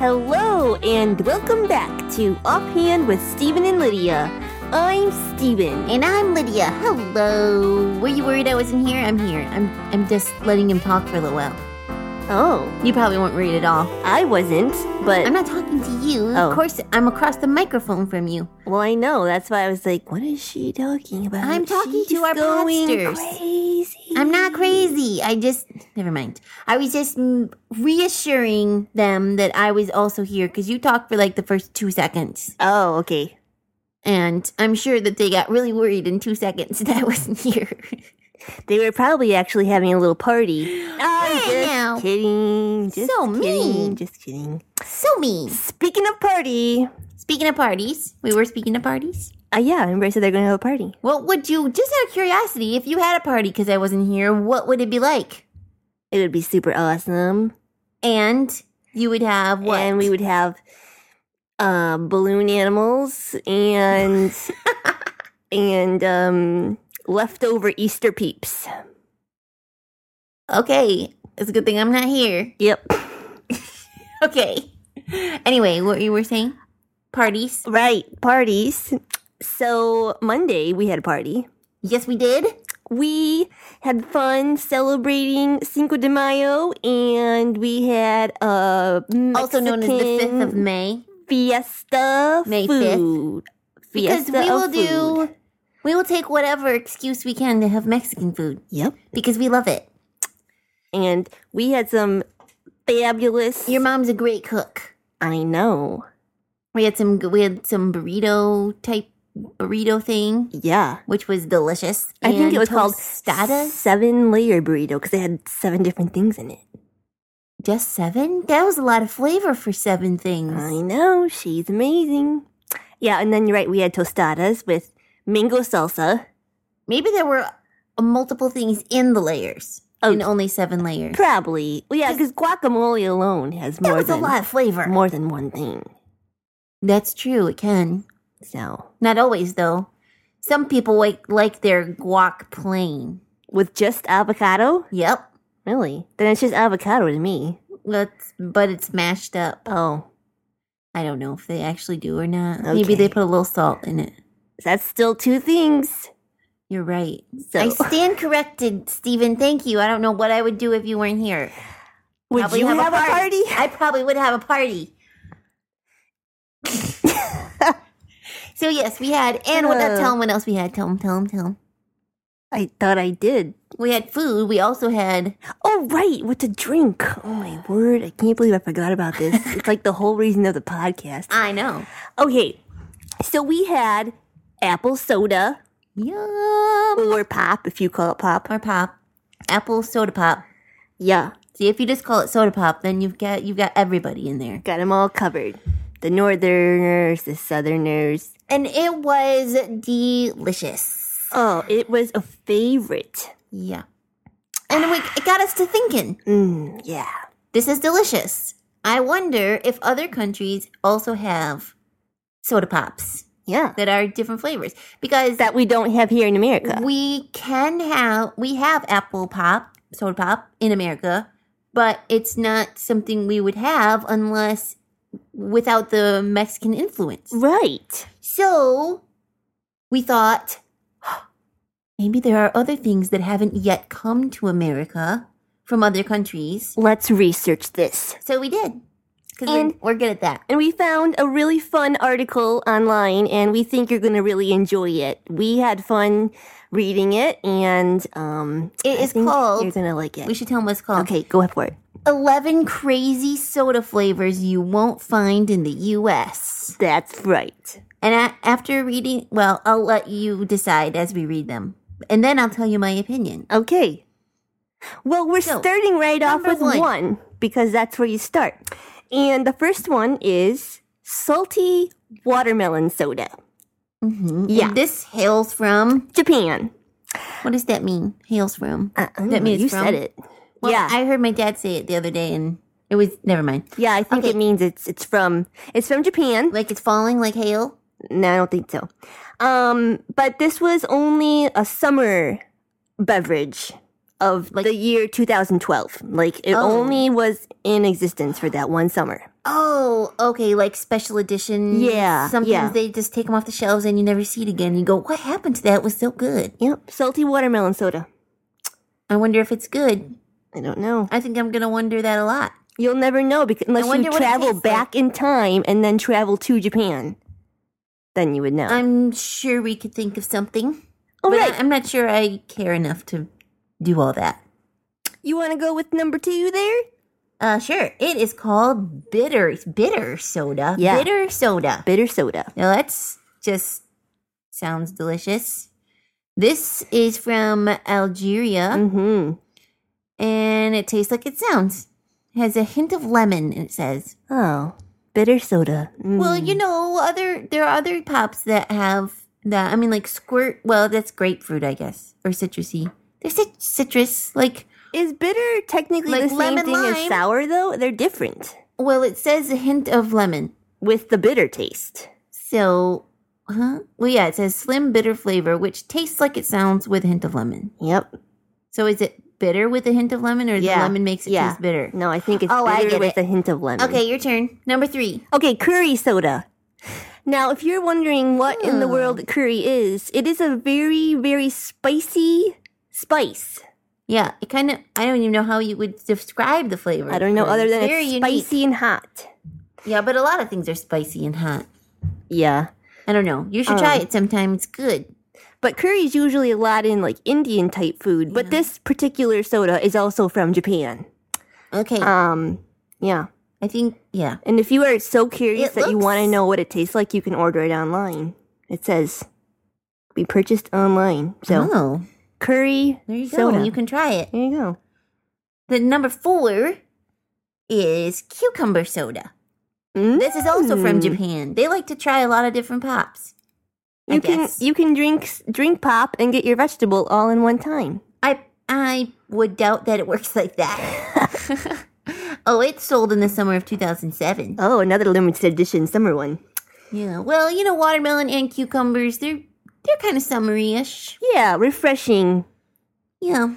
Hello and welcome back to Offhand with Stephen and Lydia. I'm Stephen. And I'm Lydia. Hello. Were you worried I wasn't here? I'm here. I'm I'm just letting him talk for a little while. Oh, You probably weren't worried at all. I wasn't, but I'm not talking to you. Oh. Of course, I'm across the microphone from you. well, I know. That's why I was like, "What is she talking about?" I'm talking to She's our going podsters. Crazy. I'm not crazy. I just never mind. I was just mm, reassuring them that I was also here because you talked for like the first two seconds, Oh, okay. and I'm sure that they got really worried in two seconds that I wasn't here. They were probably actually having a little party. I'm Hey, just now. kidding. Just So kidding. mean. Just kidding. so mean. Speaking of party, Speaking of parties, we were speaking of parties. uh, yeah, everybody said they're going to have a party. What would you, just out of curiosity, if you had a party because I wasn't here, what would it be like? It would be super awesome. And you would have what? And we would have uh, balloon animals and and um, leftover Easter peeps. okay, it's a good thing I'm not here. Yep. Okay. Anyway, what you were saying? Parties. Right. Parties. So Monday we had a party. Yes, we did. We had fun celebrating Cinco de Mayo, and we had a Mexican Also known as the 5th of May. Fiesta May food. Because Fiesta we will of food. do, we will take whatever excuse we can to have Mexican food Yep. because we love it. And we had some fabulous. Your mom's a great cook. I know. We had some, we had some burrito type burrito thing, Yeah. which was delicious. I think it was called Status. seven layer burrito because it had seven different things in it. Just seven? That was a lot of flavor for seven things. I know. She's amazing. Yeah. And then you're right. We had tostadas with mango salsa. Maybe there were uh, multiple things in the layers. Oh. In only seven layers. Probably. Well, yeah, because guacamole alone has That more was than a lot of flavor. more than one thing. That's true, it can. So Not always though. Some people like like their guac plain. with just avocado, Yep. really? Then it's just avocado to me. That's but it's mashed up. Oh, I don't know if they actually do or not. Maybe they Okay. put a little salt in it. that's still two things. You're right. So I stand corrected, Stephen. Thank you. I don't know what I would do if you weren't here. would Probably you have, a party? I probably would have a party. so yes, we had, and what? Uh. Tell him what else we had. Tell him. Tell him. Tell him. I thought I did. We had food. We also had. Oh right, with the drink. Oh my word! I can't believe I forgot about this. it's like the whole reason of the podcast. I know. Okay, so we had apple soda Yum. or pop, if you call it pop. Or pop, apple soda pop. Yeah, See, if you just call it soda pop, then you've got you've got everybody in there. got them all covered. The northerners, the southerners. And it was delicious. Oh, it was a favorite. Yeah. And we, it got us to thinking. Mm, yeah. This is delicious. I wonder if other countries also have soda pops Yeah. that are different flavors because That we don't have here in America. we can have we have apple pop, soda pop in America, but it's not something we would have unless without the Mexican influence. Right. So we thought maybe there are other things that haven't yet come to America from other countries. Let's research this. So we did. Because And- we're good at that. And we found a really fun article online, and we think you're going to really enjoy it. We had fun reading it, and um, It I is think called- You're going to like We it. should tell them what it's called. Okay, go for it. 11 crazy soda flavors you won't find in the US. That's right. And a after reading, well, I'll let you decide as we read them. And then I'll tell you my opinion. Okay. Well, we're So, starting right off number with one. one because that's where you start. And the first one is salty watermelon soda. hmm Yeah. This hails from, Japan. what does that mean? Hails from. Uh, I don't That know, means you from- said it. Well, yeah, I heard my dad say it the other day and it was, never mind. yeah. I think okay. it means it's it's from it's from Japan. Like it's falling like hail. No, I don't think so. Um, but this was only a summer beverage. of the year 2012. Like it Oh. only was in existence for that one summer. Oh, okay, like special edition. Yeah, Sometimes yeah. they just take them off the shelves and you never see it again. You go, what happened to that? It was so good. Yep, salty watermelon soda. I wonder if it's good. I don't know. I think I'm going to wonder that a lot. You'll never know because unless wonder you what it travel tastes like. back in time and then travel to Japan, then you would know. I'm sure we could think of something. all but right, I, I'm not sure I care enough to do all that. you want to go with number two there? Uh, sure. It is called bitter, bitter soda. Yeah. Bitter soda. Bitter soda. Now that's just sounds delicious. This is from Algeria. Mm-hmm. and it tastes like it sounds. It has a hint of lemon, it says. Oh, bitter soda. Mm. Well, you know, other there are other pops that have that. I mean, like squirt. Well, that's grapefruit, I guess, or citrusy. There's cit- citrus. Like, is bitter technically Like the same lemon thing as lime? sour though? They're different well, it says a hint of lemon. with the bitter taste. So, huh? Well, yeah, it says slim bitter flavor, which tastes like it sounds with a hint of lemon. Yep. So, is it bitter with a hint of lemon, or the Yeah, lemon makes it yeah. taste bitter? No, I think it's Oh, I bitter get with it. a hint of lemon. Okay, your turn. Number three. Okay, curry soda. Now, if you're wondering what in the Hmm. world curry is, it is a very, very spicy spice. Yeah, it kind of. I don't even know how you would describe the flavor. I don't know, other than very it's spicy and hot. Yeah, but a lot of things are spicy and hot. Yeah. I don't know. You should try Um, it sometime. It's good. But curry is usually a lot in like Indian type food, but this particular soda is also from Japan. Okay, Um, yeah. I think. Yeah, And if you are so curious It that you looks- want to know what it tastes like, you can order it online. It says we purchased online. So oh, curry there you go. soda. You can try it. there you go. The number four is cucumber soda. This is also from Mm. Japan. They like to try a lot of different pops. I You can guess. you can drink s- drink pop and get your vegetable all in one time. I I would doubt that it works like that. oh, it sold in the summer of 2007. Oh, another limited edition summer one. Yeah. Well, you know, watermelon and cucumbers, they're they're kind of summery-ish. Yeah, refreshing. Yeah.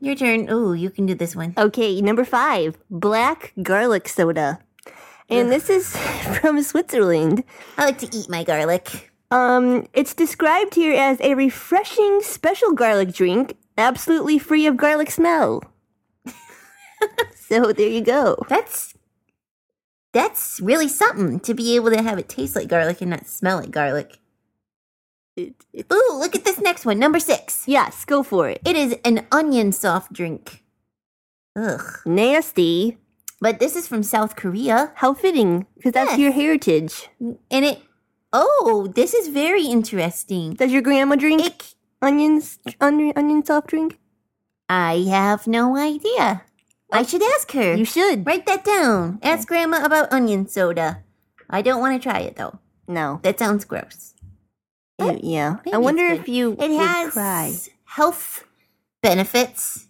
Your turn. Oh, you can do this one. Okay, number five, black garlic soda, and this is from Switzerland. I like to eat my garlic. Um, it's described here as a refreshing special garlic drink, absolutely free of garlic smell. so there you go. That's that's really something to be able to have it taste like garlic and not smell like garlic. It- it- Ooh, look at this next one. Number 6. yes, go for it. It is an onion soft drink. Ugh. Nasty. But this is from South Korea. How fitting, because that's Yes. your heritage. And it Oh, this is very interesting. Does your grandma drink Ick. onions? Onion, onion soft drink? I have no idea. I should ask her. You should. Write that down. Ask grandma about onion soda. I don't want to try it though. No. That sounds gross. Ew, yeah. Maybe I wonder it's if you It would has cry. health benefits.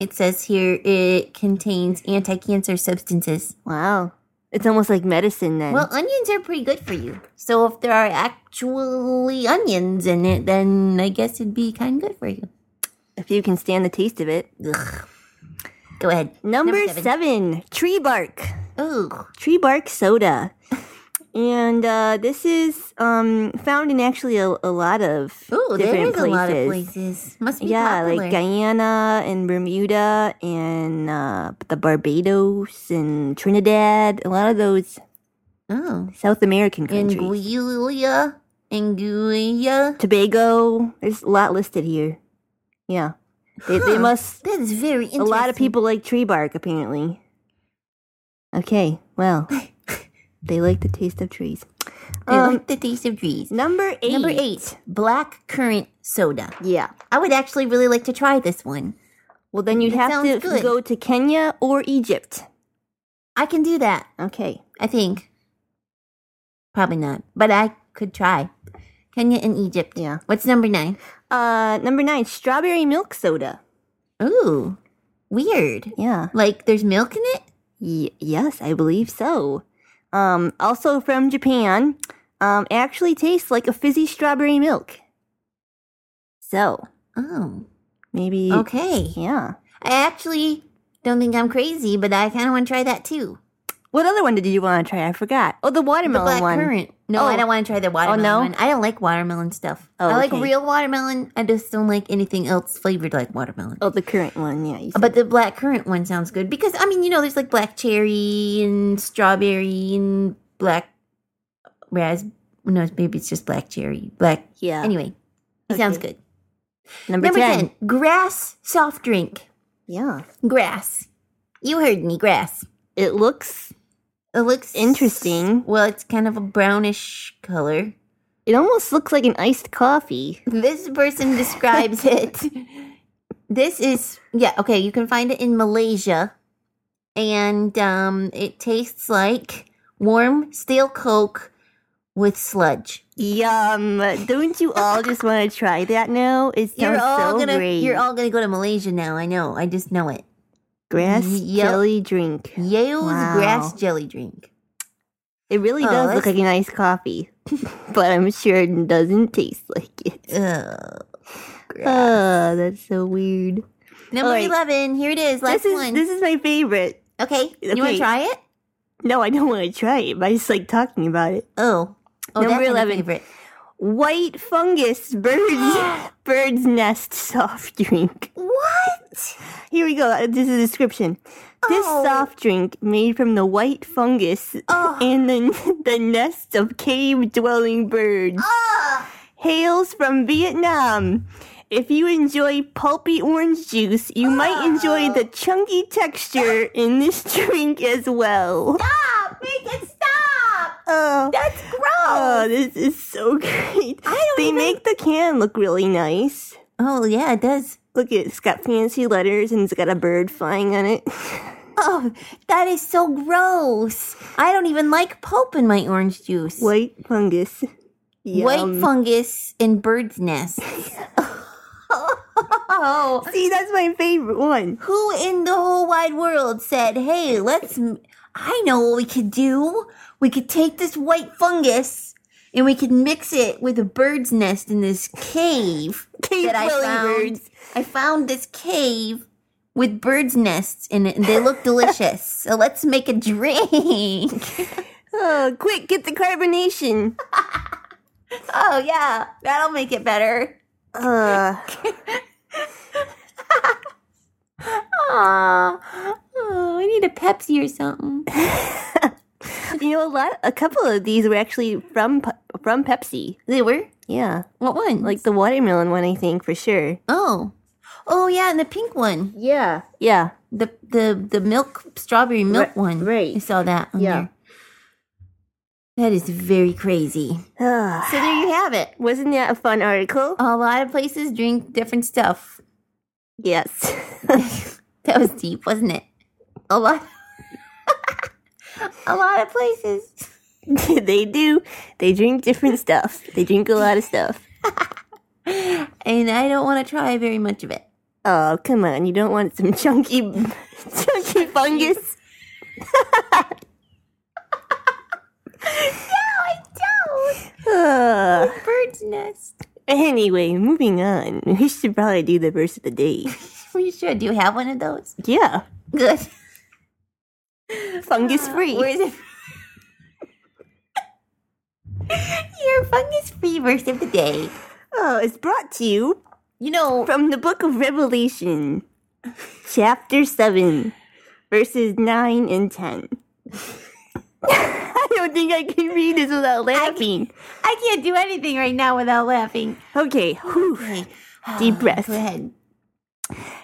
It says here it contains anti-cancer substances. Wow. It's almost like medicine then. Well, onions are pretty good for you. So if there are actually onions in it, then I guess it'd be kind of good for you. if you can stand the taste of it. Ugh. Go ahead. Number, Number seven. seven. tree bark. Ooh. Tree bark soda. And uh, this is um, found in actually a, a lot of different Ooh, there is places. a lot of places. Must be Yeah, popular. like Guyana and Bermuda and uh, the Barbados and Trinidad. A lot of those oh. South American countries. Anguilla. Anguilla. Tobago. There's a lot listed here. Yeah. They, they Huh. must. That is very A interesting. lot of people like tree bark, apparently. Okay, well, they like the taste of trees. They Um, like the taste of trees. Number eight. Number eight, black currant soda. Yeah. I would actually really like to try this one. Well, then you'd That have to sounds good. go to Kenya or Egypt. I can do that, Okay. I think. Probably not, but I could try. Kenya and Egypt. Yeah. What's number nine? Uh, number nine, strawberry milk soda. Ooh, weird. Yeah. Like there's milk in it? Y- yes, I believe so. Um, also from Japan. Um, actually tastes like a fizzy strawberry milk. So Oh, Maybe. Okay. Yeah. I actually don't think I'm crazy, but I kind of want to try that too. What other one did you want to try? I forgot. Oh, the The watermelon black one. currant. No, Oh. I don't want to try the watermelon no? one. I don't like watermelon stuff. Oh, I like okay. real watermelon. I just don't like anything else flavored like watermelon. Oh, the currant one. Yeah. You said. But the black currant one sounds good because I mean, you know, there's like black cherry and strawberry and black ras. No, maybe it's just black cherry. Black. yeah. Anyway, it sounds Okay. good. number, Number 10. ten, grass soft drink. Yeah. Grass. You heard me, grass. It looks. It looks Interesting. Well, it's kind of a brownish color. It almost looks like an iced coffee. This person describes it. This is yeah, okay, you can find it in Malaysia. And um it tastes like warm stale coke with sludge. Yum! Don't you all just want to try that now? It sounds you're all so gonna great. you're all gonna go to Malaysia now, I know. I just know it. grass Yep. jelly drink. Yale's Wow. grass jelly drink. It really Oh, does look that's- like an iced coffee, but I'm sure it doesn't taste like it. Ugh. Gross. Oh, that's so weird. Number alright. eleven, here it is, last this is one. this is my favorite. okay. You wanna okay. try it? No, I don't want to try it, but I just like talking about it. Oh. Oh, Number that's my 11. favorite. White fungus birds birds nest soft drink. What? Here we go. Uh, This is a description. This Oh. soft drink made from the white fungus Oh. and the, the nest of cave dwelling birds Ugh. hails from Vietnam. If you enjoy pulpy orange juice, you might enjoy Oh. the chunky texture in this drink as well. Stop! Make it stop! Oh, That's gross! oh this is so great. don't they even- make the can look really nice. oh, yeah, it does. Look, it's got fancy letters and it's got a bird flying on it. Oh, that is so gross. I don't even like pulp in my orange juice. White fungus. White Yum. fungus and bird's nest. oh, See, that's my favorite one. who in the whole wide world said, hey, let's. m- I know what we could do. We could take this white fungus and we could mix it with a bird's nest in this cave. Cave that I dwelling found. birds. I found this cave with birds' nests in it, and they look delicious. So let's make a drink. Oh, quick, get the carbonation. Oh yeah, that'll make it better. Uh, Aww. Oh, I need a Pepsi or something. you know, a lot, a couple of these were actually from Pe- from Pepsi. They were Yeah, what one? like the watermelon one, I think for sure. oh, oh yeah, and the pink one, Yeah, yeah, the the the milk strawberry milk Right- one. right. I saw that. On Yeah. There. That is very crazy. Ugh. So there you have it. wasn't that a fun article? A lot of places drink different stuff. Yes. That was deep, wasn't it? A lot, a lot of places. they do. They drink different stuff. They drink a lot of stuff. And I don't want to try very much of it. Oh, come on! You don't want some chunky, chunky fungus? No, I Ugh. don't. Bird's nest. Anyway, moving on. We should probably do the verse of the day. We should. Do you have one of those? Yeah, Good. fungus free. Where is it? Your fungus free verse of the day. Oh, it's brought to you You know, from the book of Revelation, chapter 7, verses 9 and 10. I don't think I can read this without laughing. I can't do anything right now without laughing. Okay, whew. Okay. Deep breath. Go ahead.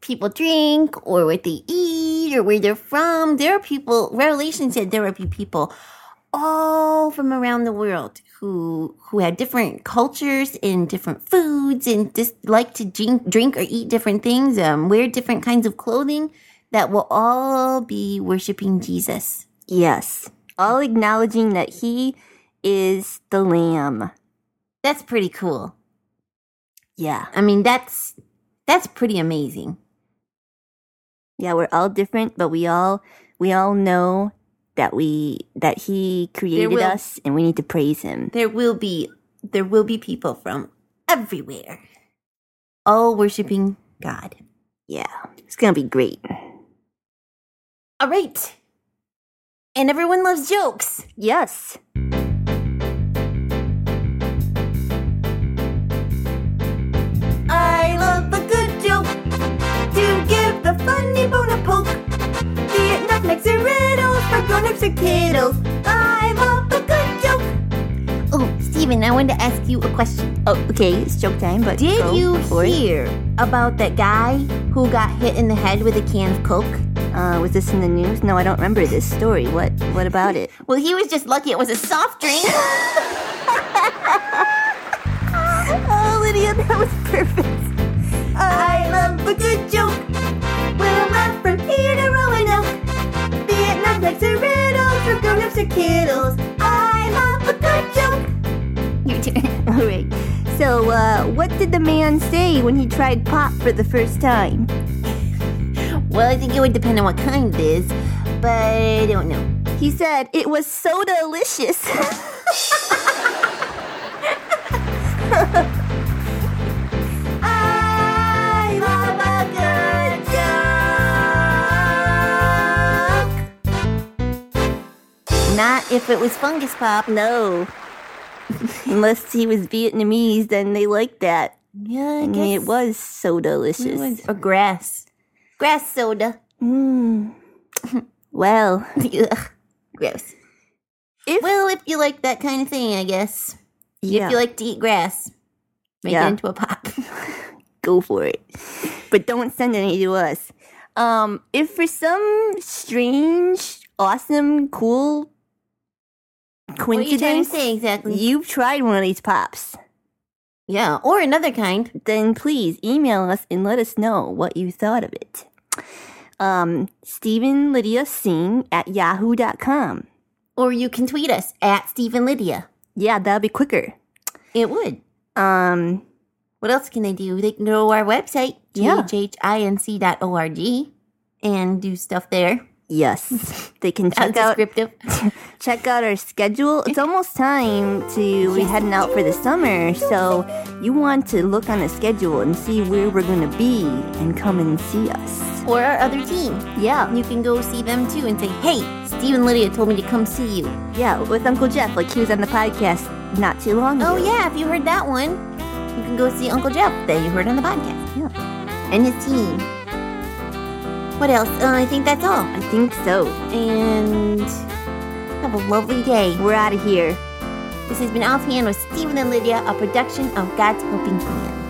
people drink or what they eat or where they're from. There are people, Revelation said there would be people all from around the world who who had different cultures and different foods and just like to drink, drink or eat different things, um, wear different kinds of clothing. that will all be worshiping Jesus. Yes. All acknowledging that he is the lamb. That's pretty cool. Yeah. I mean, that's that's pretty amazing. Yeah, we're all different, but we all we all know that we that he created will- us and we need to praise him. There will be there will be people from everywhere all worshiping God. Yeah. It's going to be great. All right. And everyone loves jokes. Yes. I love a good joke to give the funny bone a poke. Be it knickknacks or riddles for grown-ups or kiddles. I love a good joke. Oh, Steven, I wanted to ask you a question. Oh, okay. It's joke time, but Did go you for it. hear about that guy who got hit in the head with a can of Coke? Uh, was this in the news? No, I don't remember this story. What What about it? Well, he was just lucky it was a soft drink. Oh, Lydia, that was perfect. I love a good joke. We'll laugh from here to Roanoke. Be it knockbacks or riddles, or grown-ups or kiddles. I love a good joke. Your turn. All right. So, uh, what did the man say when he tried pop for the first time? Well, I think it would depend on what kind it is, but I don't know. He said it was so delicious. I love a good joke. Not if it was fungus pop. no. Unless he was Vietnamese, then they liked that. Yeah, I mean, it was so delicious. or grass. Grass soda. Mm. Well, Ugh, gross. If- well, if you like that kind of thing, I guess. yeah, If you like to eat grass, make Yeah. it into a pop. go for it. But don't send any to us. Um, if for some strange, awesome, cool what are you trying to coincidence, say exactly? you've tried one of these pops, yeah, or another kind. then please email us and let us know what you thought of it. Um, Stephen Lydia Singh at yahoo.com. Or you can tweet us at Stephen Lydia. Yeah, that'll be quicker. It would. Um, What else can they do? They can go to our website, Yeah. ghhinc dot org, and do stuff there. yes, they can That's check out descriptive. check out our schedule. It's almost time to be heading out for the summer, so you want to look on the schedule and see where we're going to be and come and see us. or our other team. Yeah, You can go see them too and say, hey, Stephen Lydia told me to come see you. yeah, with Uncle Jeff, like he was on the podcast not too long ago. Oh yeah, if you heard that one, you can go see Uncle Jeff that you heard on the podcast. And his team. What else? Uh, I think that's all. I think so. And have a lovely day. We're out of here. This has been Offhand with Stephen and Lydia, a production of God's Helping Hand.